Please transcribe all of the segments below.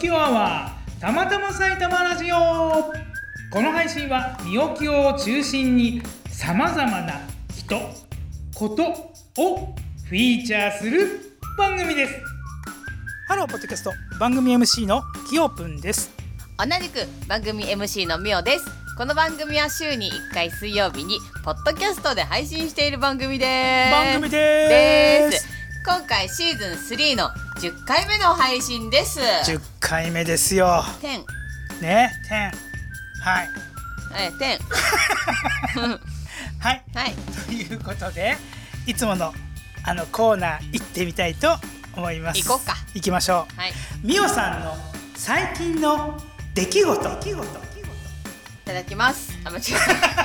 きおアワーたまたま埼玉ラジオこの配信はみおきおを中心にさまざまな人ことをフィーチャーする番組ですハローポッドキャスト番組 MC のきおぷんです同じく番組 MC のみおですこの番組は週に1回水曜日にポッドキャストで配信している番組です番組でですす今回シーズン3の10回目の配信です10回目ですよ点ね天はいえ点 はいはいということでいつものあのコーナー行ってみたいと思います行こうか行きましょうはいいみおさんの最近の出来事出来事ただきますあ間違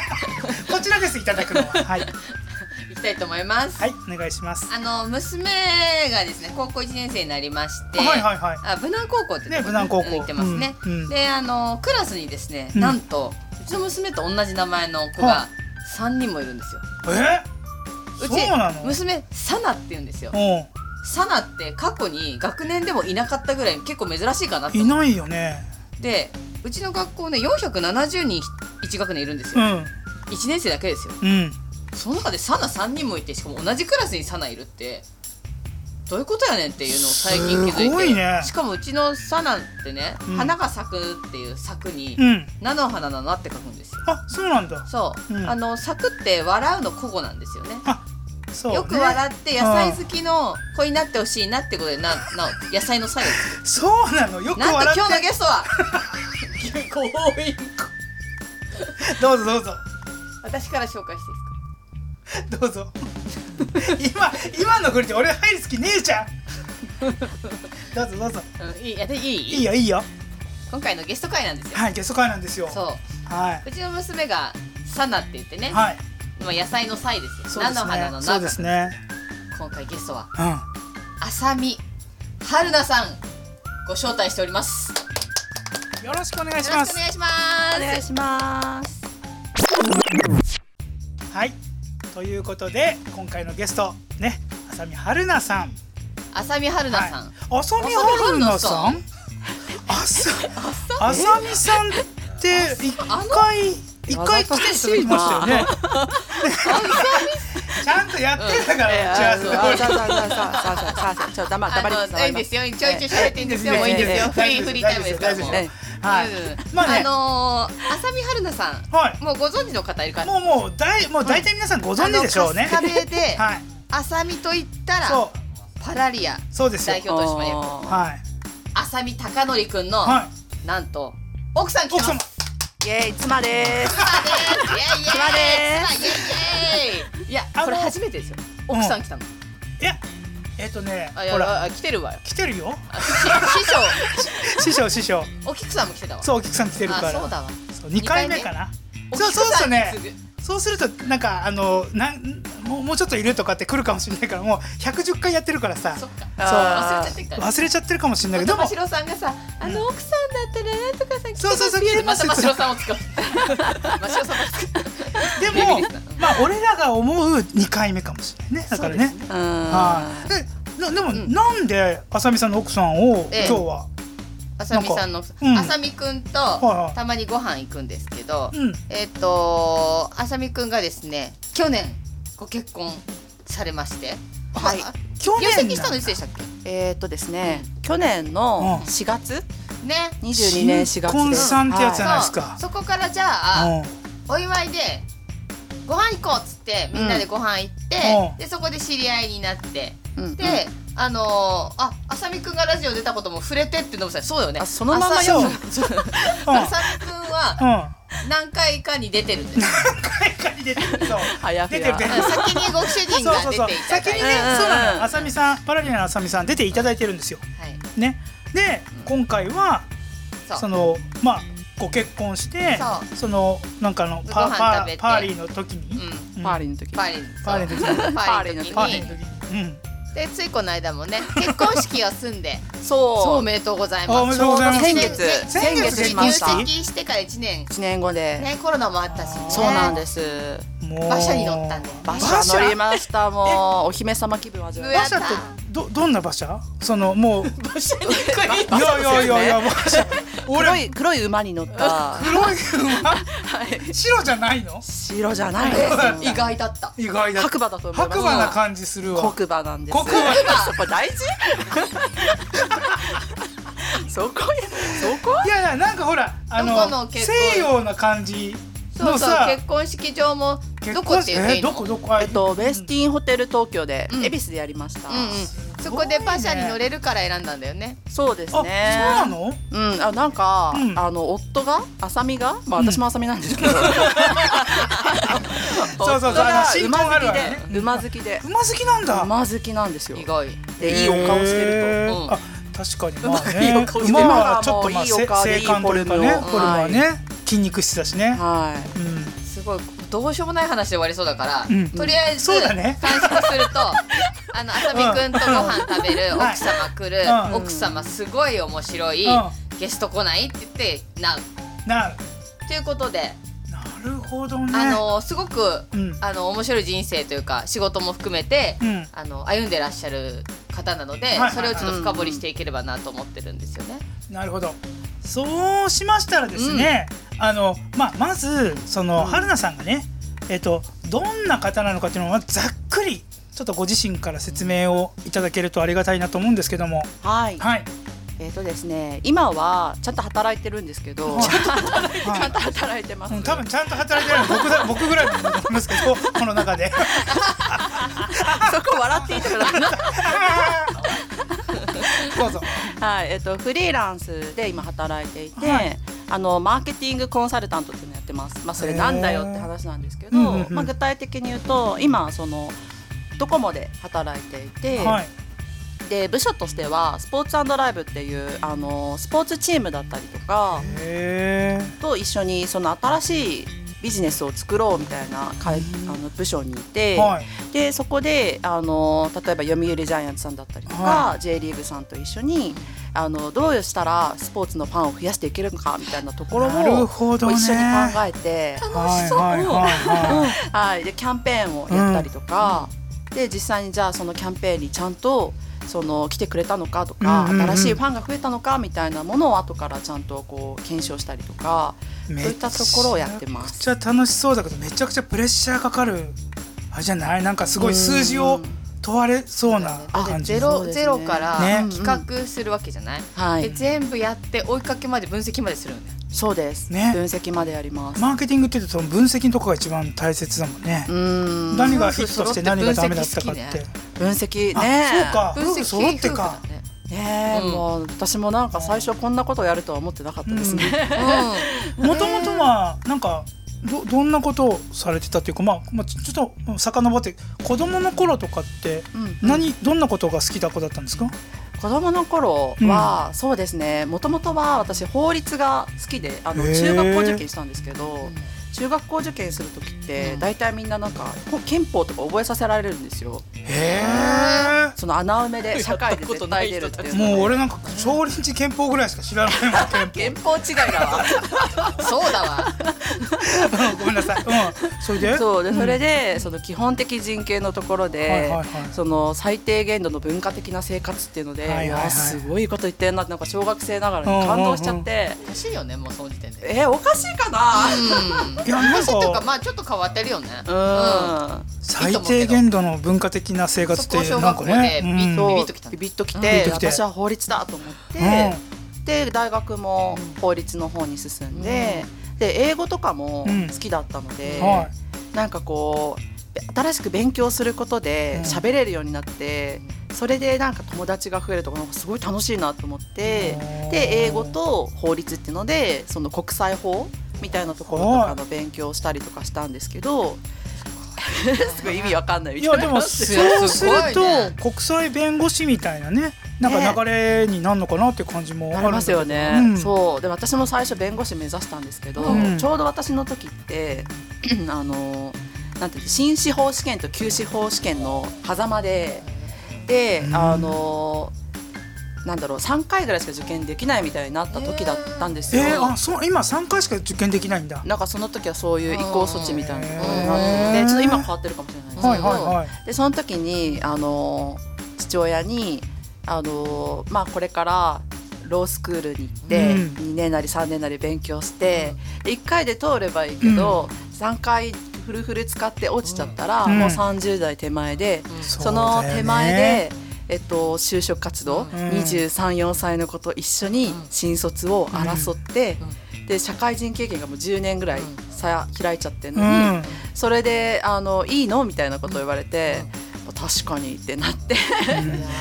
こちらですいただくの ははいえたいきたいと思います、はいお願いしますあの娘がですね高校1年生になりましてはいはいはいあ武南高校ってとこね武南高校言ってますね、うんうんであのクラスにですね、うんなんとうちの娘と同じ名前の子はが3人もいるんですよえうそうなのち娘サナって言うんですようサナって過去に学年でもいなかったぐらい結構珍しいかなとんい思っないよねてうちの学校ね470人1学年いるんですうよ、ん1年生だけですようんその中でサナ3人もいてしかも同じクラスにサナいるってどういうことやねんっていうのを最近気づいてすごいねしかもうちのサナってね、うん花が咲くっていう咲くに、うん菜の花の菜って書くんですよあそうなんだそう、うんあの咲くって笑うの古語なんですよねそう、ね、よく笑って野菜好きの子になってほしいなってことでなな野菜の作業 ですそうなのよくなん笑とって今日のゲストは どうぞどうぞ私から紹介していいですかどうぞ 今今の振りで俺入る好きねえじゃん どうぞどうぞうん、いい、やでいいいいよいいよ今回のゲスト会なんですよ。はいゲスト会なんですよそはう、うちの娘がサナって言ってね、いはいまあ野菜の菜ですそよ。うです菜の花のね菜。そうですね今回ゲストはうん浅見春菜さんご招待しております。よよろしくお願いろししくお願まいすします。します。はいということで今回のゲストね浅見春菜さん浅見春菜さはい、ん、浅見春菜さん浅浅見さんって一回一回来ていただきましたよね ちゃんとやってたから打ち合わせあ、さあさあさあさあさあさあ、ちょっと黙って黙あってのいいんですよ。ちょいちょい喋っていいんですよ。ええもういいんですよ。フええリーフリータイムですからも大丈夫です大丈う。夫ですはいうんまあねあのー、浅見春菜さん、はいもうご存知の方いるかな。もうもう大もう大体皆さんご存知でしょうね。あの春日部で、 はい。浅見と言ったらそパラリアうそうですよ代。表取締役はい浅見貴則くんの、はなんと奥さんい。来てま奥様。すイエーイ、妻です。妻ですイエイイエイ妻イエイイエですイいやあのこれ初めてですよ奥さん来たの、いやえっとねあいやほらあ来てる わよ来てるよ。あし師匠師匠師匠。お菊さんも来てたわそうお客さん来てるから。あそうだわそう二回目かな。おそう菊そうですさよんにね次。ぐそうするとなんかあのなんもうもうちょっといるとかって来るかもしれないからもう百十回やってるからさそっか忘あれちゃってるから忘れちゃってるかもしれないけどで玉も城さんがさあの奥さんだったらなんとかさん来てそうそうそうますよってま来てますた玉城さんを使う 玉城さんも使うでビもビりだなまあ俺らが思う二回目かもしれないねだからね。うん。はい。でなでも、んなんで浅見さんの奥さんをええ今日は、あさみさんのうんあさみくんとはいたまにご飯行くんですけどうんえっとあさみくんがですね去年ご結婚されましてはいあ去入年籍したのいつでしたっけえっとですね、去年の4月、ね22年4月で新す。婚さんってやつじゃないですそかう。そこからじゃあお祝いでご飯行こうっつってみんなでご飯行ってうんでそこで知り合いになってうんで、あのー、ああさみくんがラジオ出たことも触れてってのもさそうよねあそのままあさ読むそうあさみくんはうん、 うん、何回かに出てるんです海外に出てるそう早く出やてる出てる先にご主 人そうがそう出そうていただい先て、にね、はうんうんうんそうなの浅見さんパラリの浅見さん出ていただいてるんですよい、ねで今回はそうそのまあご結婚してそそのなんかあのパご飯パ食べてパーリーの時うに、ん、うんパーリーの時。パーリーそうパーリーの時パーリパーリーーの時にの時に、うん、でついこの間も ね結婚式を済んでそうおそう。めでとうございあおめますでとうございます先月先先入月しました籍してから1年1年後で。ねコロナもあったし、ね、そうなんです。うんもう馬車に乗ったんで馬車乗りましたもうお姫様気分味わうわえ馬車ってどどんな馬車そのもうい 馬車に来い馬車やいやいやいや馬車黒俺い黒い馬に乗った黒い馬白じゃないの白じゃないですえ意外だった意外だ白馬だと思います白馬な感じするわ黒馬なんです黒馬そ こ大事そこそこいやいやなんかほらあどこのの結婚西洋な感じそのうそうさ結婚式場も結ど婚こって言っていえいどのこどこあえっとベスティンホテル東京でうん恵比寿でやりました、うんうんそこで馬車に乗れるから選んだんだよねそうですあそうなねのうんあなんか、うんあの夫が浅見がまあ私も浅見なんです けど、夫そうそうあがの新婚あるあるね馬好きで馬好きなんだ馬好きで馬好きなんですよ意外でいいお顔してるへとーうんあ確かにまあ馬がいいねお顔して馬るはちょっとまあ馬がもういいお顔でせ性感というかねいいフォルムをフォルムはね筋肉質だしねとはうんすごいどうしようもない話で終わりそうだから、うんとりあえずそう短だね縮する とあの浅見くんとご飯食べるうん奥様来る、はい奥様すごい面白い、うゲスト来ないって言ってなうななということで、るほどねあのすごくうんあの面白い人生というか仕事も含めて、うんあの歩んでらっしゃる方なので、いはいはいそれをちょっと深掘りしていければなと思ってるんですよね。なるほどそうしましたらですね、あのまあ、まずその、春菜さんがね、えっとどんな方なのかっていうのをざっくりちょっとご自身から説明をいただけるとありがたいなと思うんですけどもいはいはい、えっ、とですね今はちゃんと働いてるんですけどはいちゃんとはい働いてます、うん、多分ちゃんと働いてるの僕 だ僕ぐらいだと思いますけどこの中 でそこ笑っていいとこだ どうぞはい、えっと、フリーランスで今働いていて、はいあのマーケティングコンサルタントっていうのやってます。まあ、それなんだよって話なんですけど、へーうんうんうんまあ、具体的に言うと、今その。ドコモで働いていて、はいで部署としてはスポーツライブっていうあのスポーツチームだったりとかへえと一緒にその新しいビジネスを作ろうみたいなかいあの部署にいて、はいでそこであの例えば読売ジャイアンツさんだったりとか、は J リーグさんと一緒にあのどうしたらスポーツのファンを増やしていけるのかみたいなところなるもほどこうね一緒に考えて、はいはいはいはいはい、でキャンペーンをやったりとか、で実際にじゃあそのキャンペーンにちゃんとその来てくれたのかとか、うんうんうん新しいファンが増えたのかみたいなものを後からちゃんとこう検証したりとかそうめいったところをやってます。ちゃくちゃ楽しそうだけどめちゃくちゃプレッシャーかかるあれじゃないなんかすごい数字を問われそうなだって感じゼそうロですゼねロからね企画するわけじゃない、はでい、全部やって追いかけまで分析までするんだよそうです、ね分析までやります。マーケティングって言うとその分析のとこが一番大切だもんねう、ん何がヒットして何がダメだったかって、夫婦揃って分析ねあそうか分夫析婦揃ってか夫婦だねねえ、うんもう私もなんか最初こんなことをやるとは思ってなかったですね。もともとはなんかどどんなことをされてたっていうか、まあ、まあちょちょっと遡って子供の頃とかってうん何、どんなことが好きな子だったんですか、子供の頃は、そうですねもともとは私法律が好きであのへえ中学校受験したんですけど、うん中学校受験する時って、うん大体みんななんかこう憲法とか覚えさせられるんですよへーその穴埋めで社会で絶対出るっていうのもう俺なんか少林寺憲法ぐらいしか知らないもん憲憲法違いだわうんそうだわ法ごめんなさい、うん、それでそうでそれで、で、その基本的人権のところで、はいはいはいその最低限度の文化的な生活っていうので、はいいはいはいやすごいこと言ってんなってなんか小学生ながらに感動しちゃって、おかしいよねもうその時点でえーおかしいかなうんいやなん昔とかかまあちょっと変わってるよねうん、最低限度の文化的な生活っそこて小なんか学校ねで、うんそうビビッときたのビビッときビビッてときて私は法律だと思って、で大学も法律の方に進んで、で英語とかもうん好きだったので、うんはなんかこう新しく勉強することでうん喋れるようになって、それでなんか友達が増えるとかなんかすごい楽しいなと思って、うんで英語と法律っていうのでその国際法みたいなところとかの勉強をしたりとかしたんですけど、 すごい意味わかんないい、みいたいなやでもすそうするすとごいね国際弁護士みたいなねなんか流れになるのかなっていう感じもあるなりんだまけすどよね、うんそうで私も最初弁護士目指したんですけど、うんちょうど私の時って あのなんていうの新司法試験と旧司法試験の狭間でで、うんあのなんだろう3回ぐらいしか受験できないみたいになった時だったんですよ。えー、あそう今3回しか受験できないんだ。なんかその時はそういう移行措置みたいなところになっへーててちょっと今変わってるかもしれないですけど、はいはいはい。でその時にあの父親にあの、まあ、これからロースクールに行って、うん2年なり3年なり勉強して、で1回で通ればいいけど、3回フルフル使って落ちちゃったら、うんもう30代手前で、そうそのだよね手前で。えっと、就職活動、うん234歳の子と一緒に新卒を争って、で社会人経験がもう10年ぐらい差開いちゃってるのに、うん。それであのいいのみたいなことを言われて、確かにってなって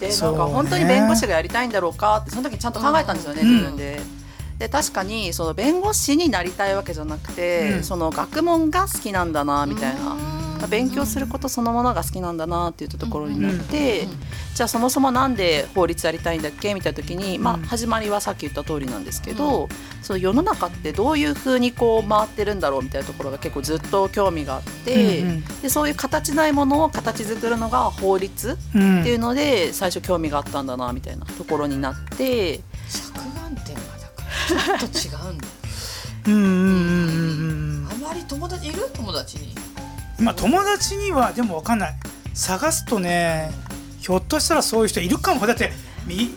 でそうんなねか本当に弁護士がやりたいんだろうかってその時ちゃんと考えたんですよね、うん自分で。で確かにその弁護士になりたいわけじゃなくて、うんその学問が好きなんだなみたいな、勉強することそのものが好きなんだなっていうところになって、じゃあそもそもなんで法律やりたいんだっけみたいな時に、まあ、うん始まりはさっき言った通りなんですけど、その世の中ってどういうふうにこう回ってるんだろうみたいなところが結構ずっと興味があって、うんでそういう形ないものを形作るのが法律っうんうんていうので最初興味があったんだなみたいなところになっ着て眼点がだからちょっと違うんだようんうんうんうんあまり友達いる友達にうん。まあ友達にはでもわかんない。探すとね、ひょっとしたらそういう人いるかも。だってみ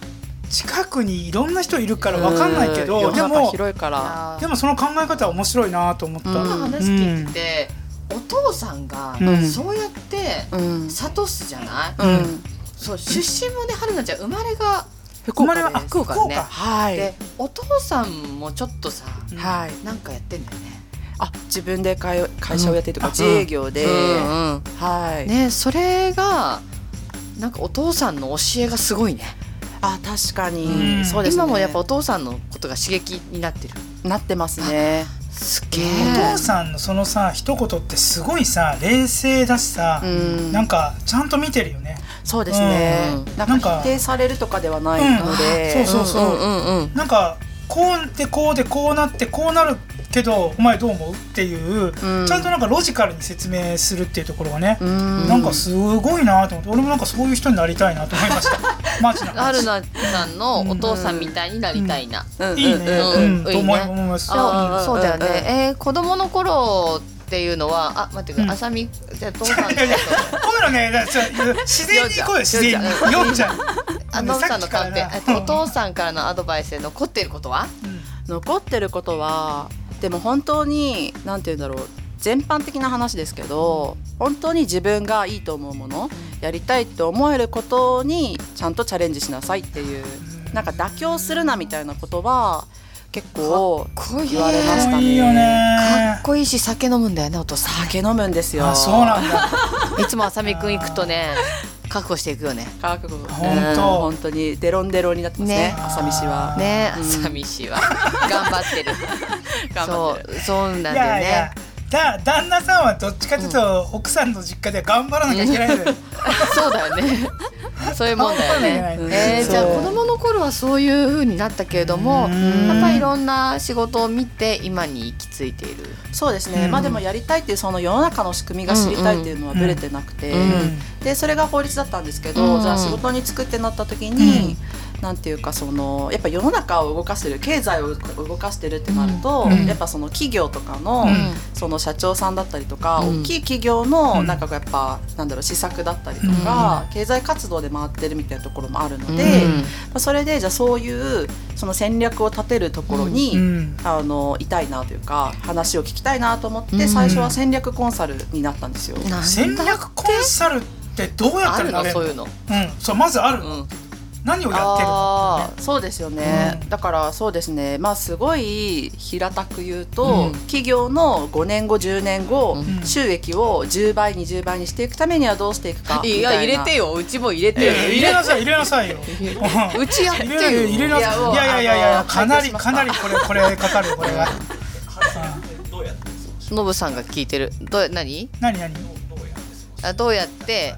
近くにいろんな人いるからわかんないけうど、んで世の中も広いからでもその考え方は面白いなと思った。うん今話聞いてて、お父さんがうんそうやってうん、諭すじゃない、うんそう出身もね春菜ちゃん生まれが生まれはあ福岡だね福岡はい、でお父さんもちょっとさはい、なんかやってんだよねあ自分で会会社をやってるとか、うん自営業で、うんうんはい、ねそれがなんかお父さんの教えがすごいねあ確かに、うんそうですね今もやっぱお父さんのことが刺激になってるなってますねすげえお父さんのそのさ一言ってすごいさ冷静だしさ、うんなんかちゃんと見てるよね。そうですね、うんななんんかか否定されるとかではないので、うんそうそううんうんうんなんかこうでこうでこうなってこうなるけどお前どう思うっていう、うんちゃんとなんかロジカルに説明するっていうところがね、うんなんかすごいなと思って俺もなんかそういう人になりたいなと思いました マジな春話菜さんのお父さんみたいになりたいな、うんいいね、ううんんうんといいね思い思いますああそうだよね、うんうんうんえー子供の頃っていうのはあ待ってください、うんあさみじゃあ父さんいやいやこういうのねだからちょ自然に行こうよ自 然によよっちゃんあのさんさの観っき点からえっとお父さんからのアドバイスで残っていることは残ってることはでも本当に何て言うんだろう全般的な話ですけど本当に自分がいいと思うものやりたいと思えることにちゃんとチャレンジしなさいっていうなんか妥協するなみたいなことは結構こう言われましうんたかっこねいいよかっねこいいし酒飲むんだよねお父さ酒飲むんですよあそうなんだんいつもあさみくん行くとね確保していくよね科学部本当本当にデロンデロンになってますねね朝飯はねうんあさみ氏は頑張ってる頑張そってるうそうなんだよねいやいやだ旦那さんはどっちかというと、奥さんの実家で頑張らなきゃいけないのよ、そうだよねそういうもんだよねうんえーそうじゃあ子供の頃はそういう風になったけれどもうんやっぱりいろんな仕事を見て今に行き着いているそうですね、うんまあでもやりたいっていうその世の中の仕組みが知りたいっていうのはうんブレてなくて、うんでそれが法律だったんですけど、うんじゃあ仕事に就くってなった時に、なんていうかそのやっぱ世の中を動かしてる経済を動かしてるってなると、うんやっぱその企業とかの、うんその社長さんだったりとか、うん大きい企業のうんなんかこうやっぱなんだろう施策だったりとか、経済活動で回ってるみたいなところもあるので、うんまあそれでじゃあそういうその戦略を立てるところに、うんあのいたいなというか話を聞きたいなと思って、うん最初は戦略コンサルになったんですよ。なんだ戦略コンサルってどうやっあたるらなのれるそうのいうのうん、そうまずある、うん何をやってるのあーそうですよね、だからそうですねまあすごい平たく言うと、うん企業の5年後10年後、うん収益を10倍20倍にしていくためにはどうしていくかみたいいなや入れてようちも入れていよや入れなさい入れなさいようんうちやって入よれな入れなさいいやいやいやいやかなりかなりこれこれかかるよこれはノブさんが聞いてるどう何何何あどうやって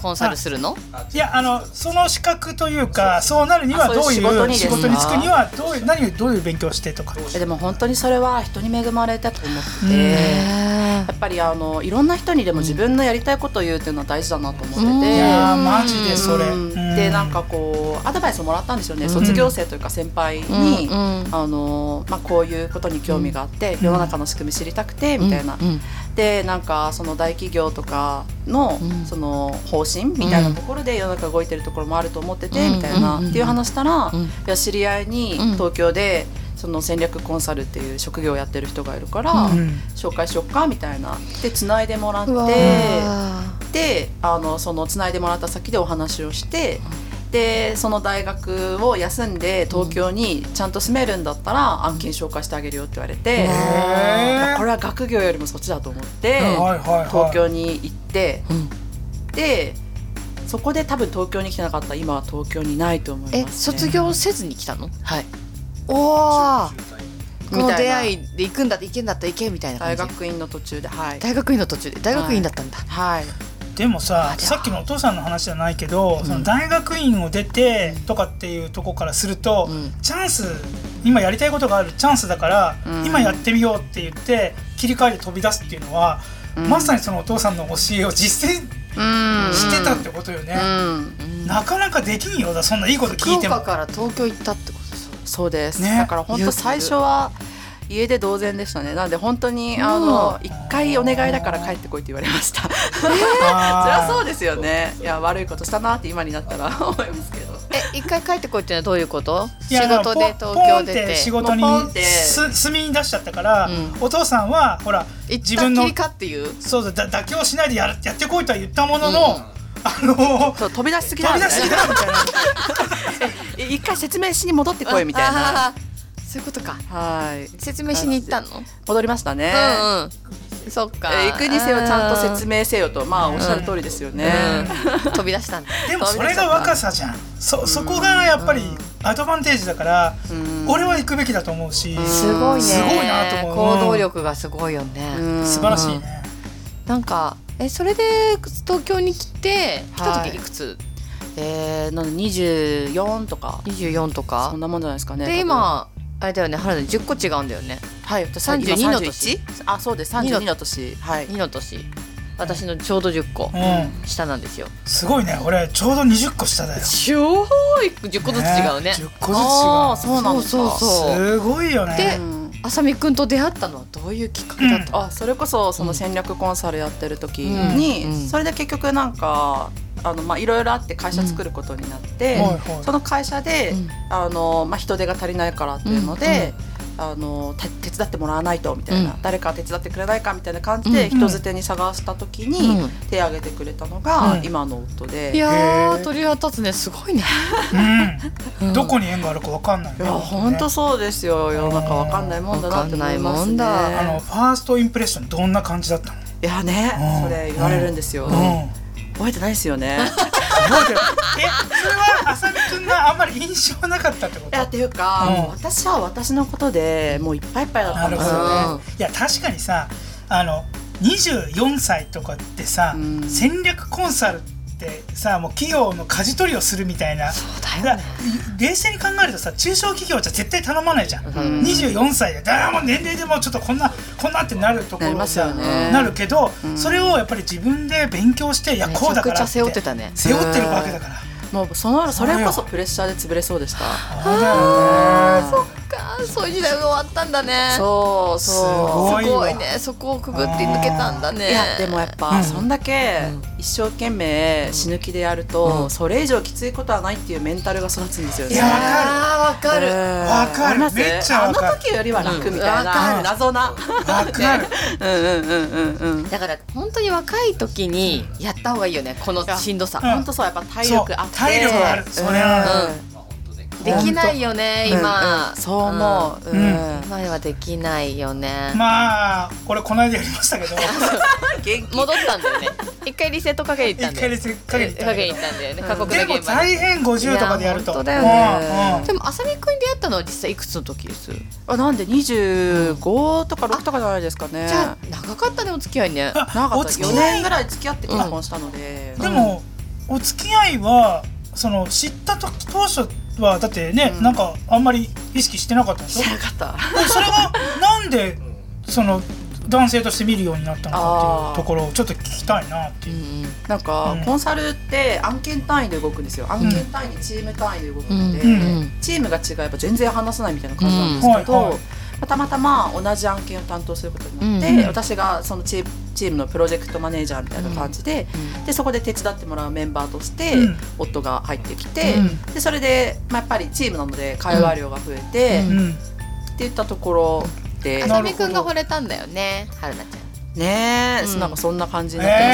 コンサルするのいやあのその資格というかそうなるにはどういう仕あそう事いうに仕就事にですかくにはどういう何をどういう勉強してとかえでも本当にそれは人に恵まれたと思ってて、やえっぱりあのいろんな人にでも自分のやりたいことを言うっていうのは大事だなと思ってて、うんいやーマジでそれ、うんうんでなんかこうアドバイスをもらったんですよね、卒業生というか先輩に、あのまあ、こういうことに興味があって、ん世の中の仕組み知りたくてみたいな、うんでなんかその大企業とかの,、うんその方針みたいなところで世の中動いてるところもあると思ってて、うんみたいな、うんっていう話したら、うんいや知り合いにうん東京でその戦略コンサルっていう職業をやってる人がいるから、うん紹介しよっかみたいなでつないでもらってうわであのそのつないでもらった先でお話をして。でその大学を休んで東京にちゃんと住めるんだったら案件紹介してあげるよって言われて、うわへーこれは学業よりもそっちだと思って、うんはいはいはい東京に行ってうんでそこで多分東京に来てなかったら今は東京にないと思います、ね、え卒業せずに来たのはいおおこのみたい出な会いで行くんだって行けんだったら行けみたいな感大じ学院の途中ではい大学院の途中で大学院だったんだ、はいでもさあじゃあさっきのお父さんの話じゃないけど、んその大学院を出てとかっていうとこからすると、うんチャンス今やりたいことがあるチャンスだから、うん今やってみようって言って切り替えて飛び出すっていうのは、まさににそのお父さんの教えを実践してたってことよね、うんなかなかできんよだそんないいこと福聞いても岡から東京行ったってことそうそうです、ねだから本当最初は家で同然でしたねなんで本当にあの一回お願いだから帰ってこいって言われましたそりゃ そうですよねいや悪いことしたなって今になったら 思いますけどえ一回帰ってこいってのはどういうことい仕や事でだから東ポン京出ポンってて仕事にもうポンってす住み出しちゃったから、うんお父さんはほら一自分旦きのりかっていうそうだだ妥協しないでやるやってこいとは言ったものの、うんあのそう飛び出しすぎ飛なんび出でしてねたみたいな一回説明しに戻ってこいみたいなあーそういうことかはい説明しに行ったの、戻りましたね、うんうんそっかえー行くにせよちゃんと説明せよとまあおっしゃる通りですよね、うん飛び出したんだでもそれが若さじゃんそそこがやっぱりアドバンテージだから、うん俺は行くべきだと思うし、んすごいねすごいなと思う行動力がすごいよね、うん素晴らしいね、なんかえそれで東京に来て来たはい時いくつ、えー、なんで24とか24とそかんなもんじゃないですかねで多分今あれだよね原田10個違うんだよねはい、私32今の年あ、そうです、三十二の年。はい。 2の年私のちょうど10個うん下なんですよすごいね俺ちょうど20個下だよ超10個ずつ違うね10個ずつ違うそうなんですか。そうそうそうすごいよねでうんあさみくんと出会ったのはどういうきっかけだったの、あ、それこそその戦略コンサルやってる時うんうんに、それで結局なんかあのまあいろいろあって会社作ることになって、はいはいその会社で、うんあのまあ人手が足りないからっていうので。あのて手伝ってもらわないとみたいな、うん誰か手伝ってくれないかみたいな感じうんで人づてに探した時にうん手挙げてくれたのがうん今の夫で、いいややへーー鳥肌立つねすごいね、うんどこに縁があるかわかんないね本当そうですよ世の中わかんないもんだなって思いわかますんねないもんだあのファーストインプレッションどんな感じだったのいやね、うんそれ言われるんですよ。うん覚えてないですよね。覚えてるえそれは浅見くんがあんまり印象なかったってこ いとやっていうか、うん私は私のことでもういっぱいいっぱいだったんですなるよほね。いや確かにさあの24歳とかってさ、うん戦略コンサルってさもう企業の舵取りをするみたいなそうだよだ冷静に考えるとさ中小企業じゃ絶対頼まないじゃん、うん24歳でだからもう年齢でもうちょっとこんなこんなってなるとこなりろますさよね。なるけど、んそれをやっぱり自分で勉強していやめこうちゃだかくらちゃって背負ってたね背負ってるわけだから。もうそのそれこそプレッシャーで潰れそうでした。そうだよねそっかそういう時代が終わったんだねそうすそごいわすごいねそこをくぐって抜けたんだう。ねいやでもやっうぱんそんだけ一生懸命死ぬ気でやるうとんそれ以上きついことはないっていうメンタルが育つんですよいね。やわかるわかる、うんわかるありますめっちゃわかるあの時よりは楽みたいうんな謎な。わかる。うんうんうんうんうん。だから本当に若い時にやった方がいいよねこのしんどさ、うん本当そうやっぱ体そう力あって体力があるそれはできないよね今、うんそう思う、うんうんうん今はできないよね、まあこれこの間やりましたけど元気戻ったんだよね一回リセットかけに行った一んだ回よ列にかけに行ったんだかけけに行どったんだよねうん過酷なで現場も大変50とかでやるといや本当だようんうんでも浅見くんに出会ったのは実際いくつの時です、あなんで25とか6とかじゃないですかねじゃあ長かったねお付き合いねあなんかお付き合4い年ぐらい付き合って結婚したので、でも、お付き合いはその知った時当初はだってね、なんかあんまり意識してなかったんでしょ知らなかった でそれがなんでその男性として見るようになったのかっていあーうところをちょっと聞きたいなってういうんなんか、うんコンサルって案件単位で動くんですよ案件単位にチーム単位で動くので、うんうんチームが違えば全然話さないみたいな感じなんですけど、うんはいはいまあたまたま同じ案件を担当することになって、うんうん私がそのチームチームのプロジェクトマネージャーみたいな感じで,、でそこで手伝ってもらうメンバーとして、うん夫が入ってきて、うんでそれで、まあ、やっぱりチームなので会話量が増えて、うんってうん言ったところで、あさみくんが惚れたんだよね春菜ちねえ、うんなんかそんな感じえになって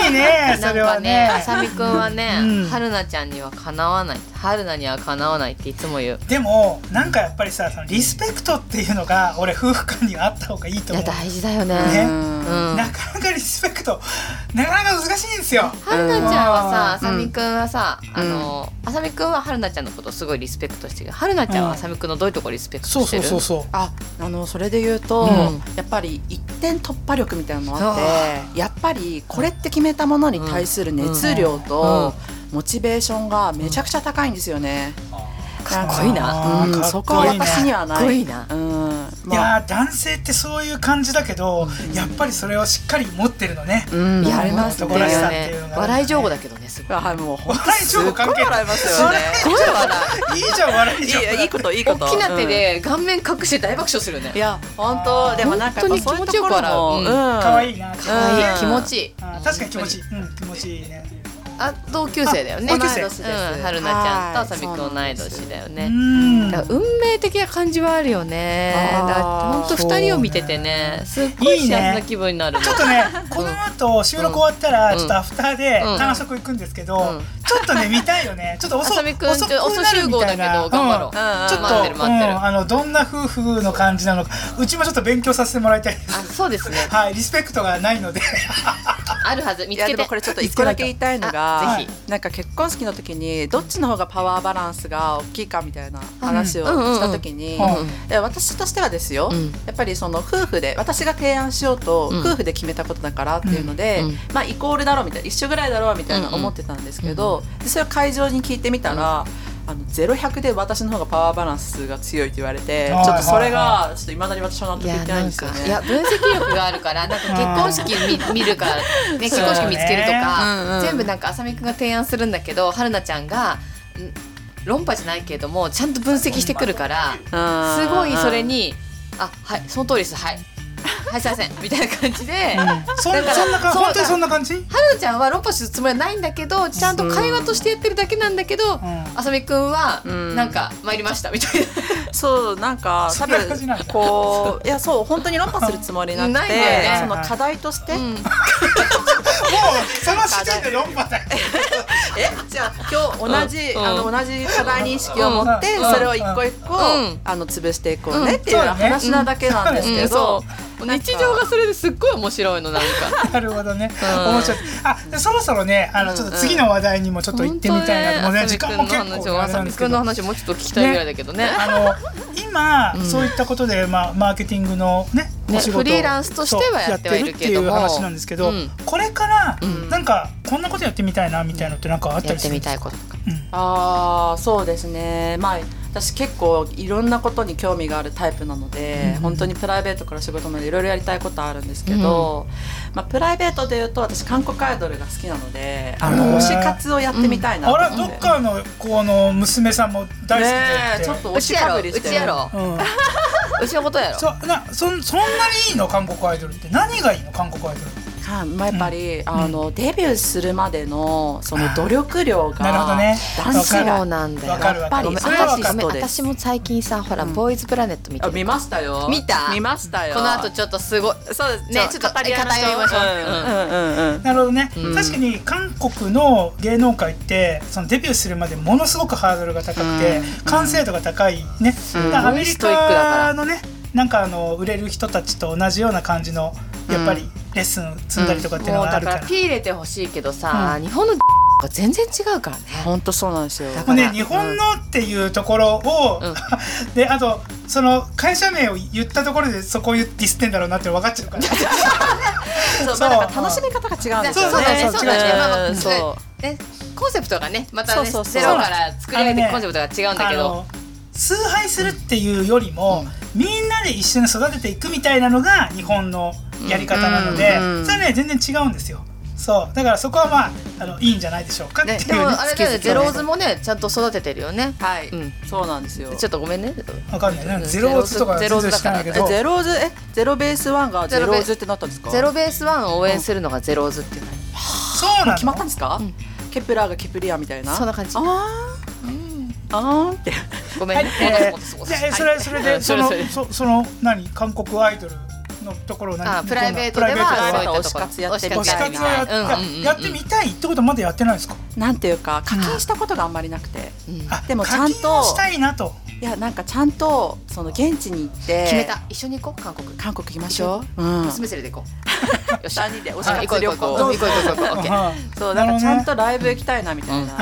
ますね。ーいいゃ ねんなそんれはねかねあさみくんはねうん春菜ちゃんにはかなわない春菜にはかなわないっていつも言うでもなんかやっぱりさそのリスペクトっていうのが俺夫婦間にはあった方がいいとい思やう大事だようんねねうんうん春なかなかリスペクトなかなか難しいんですよ菜ちゃんはさあうんさみくんはさあのあさみくんは春菜ちゃんのことすごいリスペクトしてる春菜ちゃんはうんあさみくんのどういうところリスペクトしてるそああのそれで言うと、うんやっぱり一点突破力みたいなのがあってやっぱりこれって決めたものに対する熱量とモチベーションがめちゃくちゃ高いんですよね。かっこいいあなーうかっこいいんねそこは私にはかっこないいい。なうんいまあやー男性ってそういう感じだけど、やっぱりそれをしっかり持ってるの ね。うん、ややりりまますすねね。男らしさっていうのがね笑い上手だけどねす ごいはいもう本当笑い上手関係ないすっごい笑いますよね。すごい笑いいじゃん笑いいじゃん。やいいこといいい大こと。きな手うん。で顔面隠して大爆笑するねいや本当でもなんかやっぱそういう本当に気持ところもちよく笑ううん可愛い。いな。可可愛いうん気持ちいい確かに気持ちいい。うん気持ちいいね。あ同級生だよねあ同同級生い年うでんす。春菜ちゃんとあさみくん同い年だよねうん。だから運命的な感じはあるよねあーだ本当二人を見ててねすっごい幸せな気分になるのちょっとね、この後収録終わったうら、んちょっとアフターでうん単食行くんですけど、うんちょっとね、見たいよ ね。ちょっとあ遅さみくんち遅くなょ遅る集み合ただけいどな。頑張ろう、んうんちょっと、待ってる待ってるうんあの、どんな夫婦の感じなのか、うちもちょっと勉強させてもらいたいです。あそうですねはい、リスペクトがないので。あるはず見いつやけでてもこれちょっと一個だけ言いたいのがあぜなんか結婚式の時にどっちの方がパワーバランスが大きいかみたいな話をうんうんうんした時に、うんいや私としてはですよ、うんやっぱりその夫婦で私が提案しようと、うん夫婦で決めたことだからっていうので、うんうんまあイコールだろうみたいな一緒ぐらいだろうみたいうんなうん思ってたんですけど、でそれを会場に聞いてみたら。あのゼロ百で私の方がパワーバランスが強いって言われてはいちょっとそれがちょっといまだに私はい納得いやってなないんんですかよね。いや分析力がある からなんか結婚式見見る から、ね、結婚式見つけるとか、そうねうんうん全部なんかあさみくんが提案するんだけど春菜ちゃんがん論破じゃないけれどもちゃんと分析してくるからうんすごいそれに「あはいその通りですはいはいすいません」みたいな感じで。そんだからそんな感じ、そう本当にそんな感じ。春菜ちゃんは論破するつもりはないんだけどちゃんと会話としてやってるだけなんだけど、んあさみくんはうんなんか参りましたみたいな、そうなんかそ多んな感じなん分だこういやそう本当に論破するつもりなくてないんだよねその課題とし て、うんもうその時点で論破だよ。えじゃあ今日同じ、うんあの同じ課題認識を持って、うんそれを一個一個、うんあの潰していこうねっていう話なだけなんですけど、うんそう日常がそれですっごい面白いのなんかなるほどね。うん面白い。あ、でそろそろね、あのちょっと次の話題にもちょっと行ってみたいなと思うね。時間も結構ああれさなんみですくけんど。の話もうちょっと聞きたいぐらいだけどねあの今、そういったことでまあマーケティングのねねお仕事をフリーランスとしてはやってはいそうやってるけどもるっていう話なんですけど、うんこれから、んなんかこんなことやってみたいなみたいなのってなんかあったやりっすてるみたいこととかああそうですねまあ私結構いろんなことに興味があるタイプなので、うん本当にプライベートから仕事までいろいろやりたいことあるんですけど、まあ、プライベートで言うと私韓国アイドルが好きなのであへーの推し活をやってみたいなとあ思らって、どっかのこの娘さんも大好きねだって、えちょっと推うちしやかろぶりうしてちやろうん、うちのことやろそなそんそんなにいいの韓国アイドルって何がいいの韓国アイドルってはい、まあ、やっぱり、あのデビューするまでのその努力量がなるほどね男子わかそうるなんだよわかるわかるごめんそれは私分かごっめんたです私も最近さほらボーイズプラネット見てある見ましたよ見た見ましたよこの後ちょっとすごいそうですねちょっと語り合いましょううんうんうんうんなるほどね、うん確かに韓国の芸能界ってそのデビューするまでものすごくハードルが高くて、うん完成度が高いね、うんだからアメリストイックだからカのねなんかあの売れる人たちと同じような感じのやっぱりレッスン積んだりとかっていうのもうがあだるかかららピー入れてほしいけどさ日本のが全然違うからね本当そうなんですよだかもうらね、日本のっていうところを、 であとその会社名を言ったところでそこをディスってんだろうなって分かっちゃうからそそううまあだから楽しみ方が違うんですよねそうだねそうだねまあうんそうね、コンセプトがねまたねそうそうそゼうロから作り上げあのてねコンセプトが違うんだけど、あの崇拝するっていうよりも、みんなで一緒に育てていくみたいなのが日本のやり方なので、うんうんそれはね全然違うんですよそうだからそこはまああのいいんじゃないでしょうかっていねう、でもあれだよね月々ゼローズもねちゃんと育ててるよねはい、うんそうなんですよちょっとごめんねわかんないなんかゼロオツとかゼ全ロオツ然知らないけえどゼローズえゼロベースワンがゼローズってなったんですかゼロベースワンを応援するのがゼローズっていうのそうな決まったんのですか、うんケプラーがケプリアみたいなそんな感じあーあーってごめんねえ戻す戻す戻じゃすあそれそれはでいその それそそその何韓国アイドルのところを何あプライベートプラでイベートではははそういったところみ推したい活をやっ,、なうんうんうんやってみたいってことまだやってないんですかなんていうか課金したことがあんまりなくて、うんあでもちゃんと課金をしたいなといやなんかちゃんとその現地に行って決めた一緒に行こう韓国韓国行きましょう、うん、娘連れて行こうよし三人で推しあ行こう活旅行こう行こう行行こう行こう行こうオッケーそうなんかちゃんなとライブ行きたいなみたいな、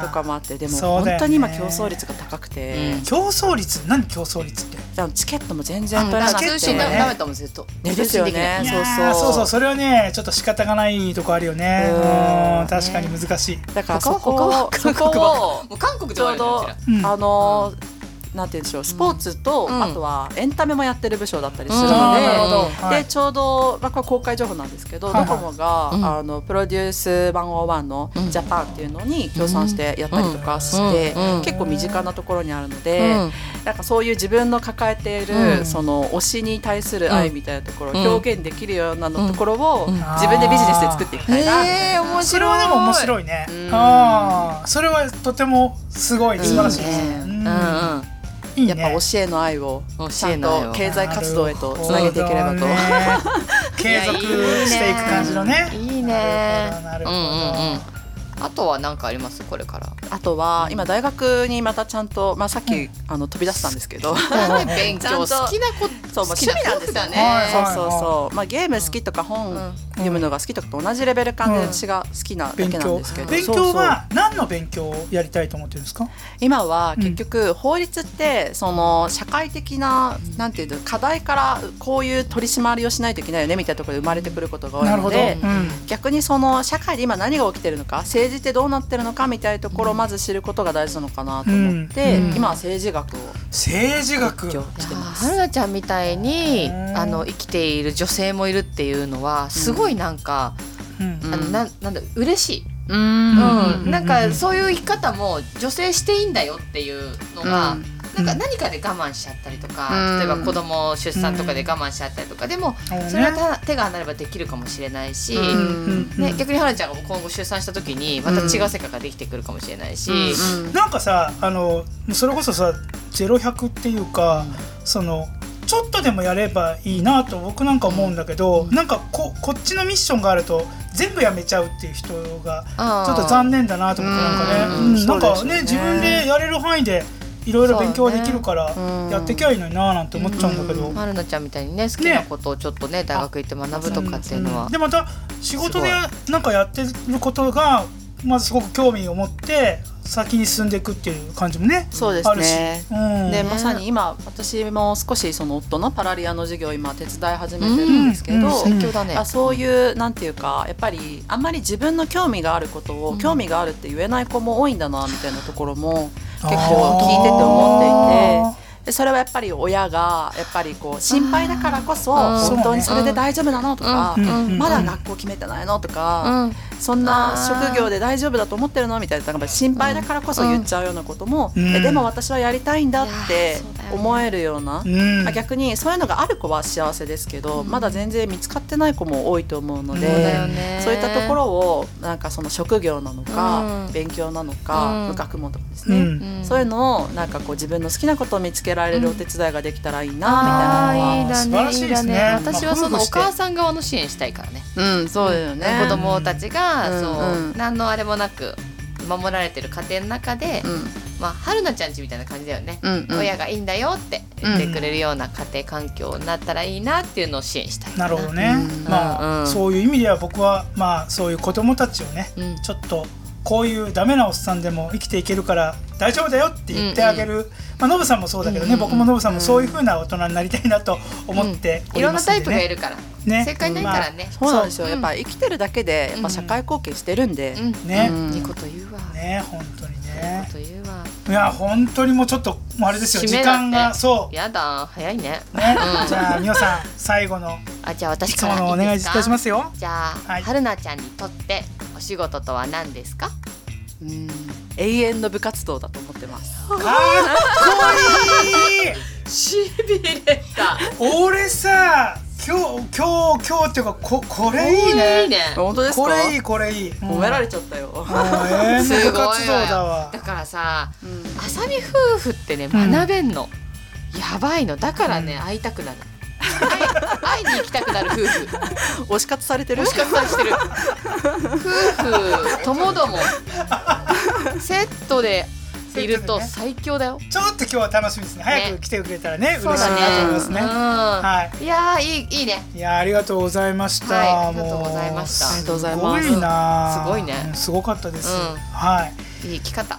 あーとかもあってでもそう本だよね当に今競争率が高くて、うん競争率何競争率ってじゃあチケットも全然うん取れなくて、通信だダよメねダメだったもんずっとねですよねいそうやそうーそうそうそれはねちょっと仕方がないとこあるよねうんうん確かに難しいだから他そはこ他をはそ韓国こもう韓国でをちょうど、うんあのーなんて言うんでしょうスポーツと、うんあとはエンタメもやってる部署だったりするうのんで、あーなるほど、はいでちょうど、まあ、これ公開情報なんですけど、はいはいドコモが、うんあのプロデュース101のうんジャパンっていうのに協賛してやったりとかして、うんうん結構身近なところにあるので、なんかそういう自分の抱えている、うんその推しに対する愛みたいなところをうん表現できるようなのところを、うんうん自分でビジネスで作っていきたいな、えー面白いそれはでも面白いねうんああそれはとてもすごい素晴らしいですねうううんんうんいいやっぱね推しへの愛をち教ゃえんなとよ経済活動へとつなげていければなるほと、どね継続していく感じのねいいねいいねなるうほんどうんうんなるあとは何かありますこれからあとは今大学にまたちゃんと、まあ、さっき、うんあの飛び出したんですけど勉強好ちゃんときなこ そう、ま好あ、き趣な味なんでタイすよプだねねはいそうはいそうそう、まあ、ゲーム好きとか本、うん読むのが好きとかと同じレベル感でうん私が好きなだほどけ勉なん強ですけど、勉そう強そうは何の勉強をやりたいと思ってるんですか今は結局法律ってその社会的ななんていうの課題からこういう取り締まりをしないといけないよねみたいなところで生まれてくることが多いなるほのどうでん逆にその社会で今何が起きてるのか政治ってどうなってるのかみたいなところをまず知ることが大事なのかなと思って、うん今は政治学を政治学勉強してまはるす。なちゃんみたいにうんあの生きている女性もいるっていうのはすごいなんか、うんあのなんなんだ嬉しい、ううんんうんなんかそういう生き方も女性していいんだよっていうのが、うんなんか何かで我慢しちゃったりとか、うん例えば子供を出産とかで我慢しちゃったりとか、でもそうねそれはた手が離ればできるかもしれないし、うんね、逆にはるちゃんが今後出産した時にまた違う世界ができてくるかもしれないし、うんなんかさあのそれこそさ0100っていうか、そのちょっとでもやればいいなと僕なんか思うんだけど、なんかここっちのミッションがあると全部やめちゃうっていう人がちょっと残念だなと思ってなんかね、うんうんなんそかうでね自すよね分でやれる範囲でいろいろ勉強はできるからそうねうんやってきゃいいのにななんて思っちゃうんだけど、はるなちゃんみたいにね好きなことをちょっとね大学行って学ぶとかっていうのは、でまた仕事でなんかやってることがまずすごく興味を持って先に進んでいくっていう感じもねそうであするしね。。うんでねまさに今私も少しその夫のパラリアの授業を今手伝い始めてるんですけど、うんうん最強だね、あそういうなんていうかやっぱりあんまり自分の興味があることを、うん興味があるって言えない子も多いんだなみたいなところもあー結構聞いてて思っていて。でそれはやっぱり親がやっぱりこう心配だからこそあー本当にそそうねれで大丈夫なのとか、うんうんうんまだ学校決めてないのとか、うんそんなあー職業で大丈夫だと思ってるのみたいなやっぱり心配だからこそ言っちゃうようなことも、うんえでも私はやりたいんだっいやてーそうだよね思えるようなうんまあ、逆にそういうのがある子は幸せですけど、うんまだ全然見つかってない子も多いと思うので、そうだよねそういったところをなんかその職業なのか、うん勉強なのか、うん学問とかですうね、んうんそういうのをなんかこう自分の好きなことを見つけられるお手伝いができたらいいあなみたいなのあは。いいだ素晴らねしいいいでだすねね私はそまあ夫婦のおして母さん側の支援したいからねうん、そうだよね。子供たちが、うんそう、うん何のあれもなく守られてる家庭の中で、うん、まあ春菜ちゃんちみたいな感じだよね、うん、うん、親がいいんだよって言ってくれるような家庭環境になったらいいなっていうのを支援したいなるほどねう。んまあ、うんそういう意味では僕はまあそういう子供たちをね、うんちょっとこういうダメなおっさんでも生きていけるから大丈夫だよって言ってあげる、まあ、ノブさんもそうだけどね、うんうん僕もノブさんもそういうふうな大人になりたいなと思っていおりろまんなすでね、タイプがいるから、ね正解ないからね、そうなんですよそうやっぱ生きてるだけでやっぱ社会貢献してるんで、うんねうんいいこと言うわ、ね本当にいいねこと言うわいや本当にもうちょっともうあれですよ締時めだって間がそうねやだ早いねじゃあ美穂さん最後のあじゃあい私つかもらのおいい願いでいすかたしますよじゃあ、はいはるなちゃんにとってお仕事とは何ですかうん永遠の部活動だと思ってます。かっこしびれたいい俺さ今日今日今日っていうかここれいいねいいね本当これいいこれいい褒められちちゃったよ。ゃうすごい部活わ動だわだからさうんあさみ夫婦ってねうん学べんの、やばいのだからね、うん会いたくなる 会い会いに行きたくなる夫婦推し活されてるも。しかしたらしてる夫婦ともど もセットでいるセットとでね最強だよ、ちょっと今日は楽しみですね早く来てくれたらね嬉しいそなうとだね思いますねうんはいやーいいいいねいやありがとうございました、はいありもがとうございましたありがとうございますすごいなすごいねうんすごかったです、うんはいいい生き方、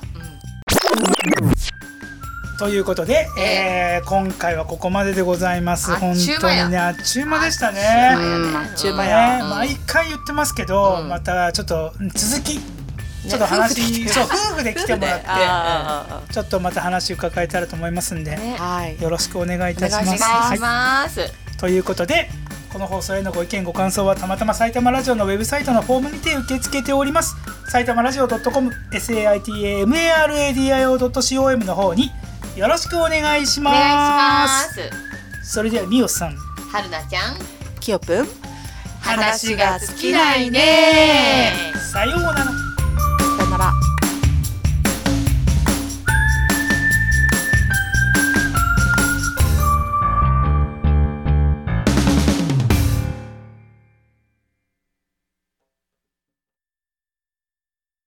ということで、ええー今回はここまででございますあっ本ちゅう当間やにねあっちゅううん、間でしたねあねうん中う盤やねうん毎回言ってますけど、うんまたちょっと続きちょっと話、そう夫婦で来てもらってあちょっとまた話伺えたらと思いますんで、ねーはい。よろしくお願いいたしますお願いしはいます、ということでこの放送へのご意見ご感想はたまたま埼玉ラジオのウェブサイトのフォームにて受け付けております埼玉ラジオ .com saitamaradio.com の方によろしくお願いしお願まいすしますそれではみおさんはるなちゃんキヨプン。話が尽きないね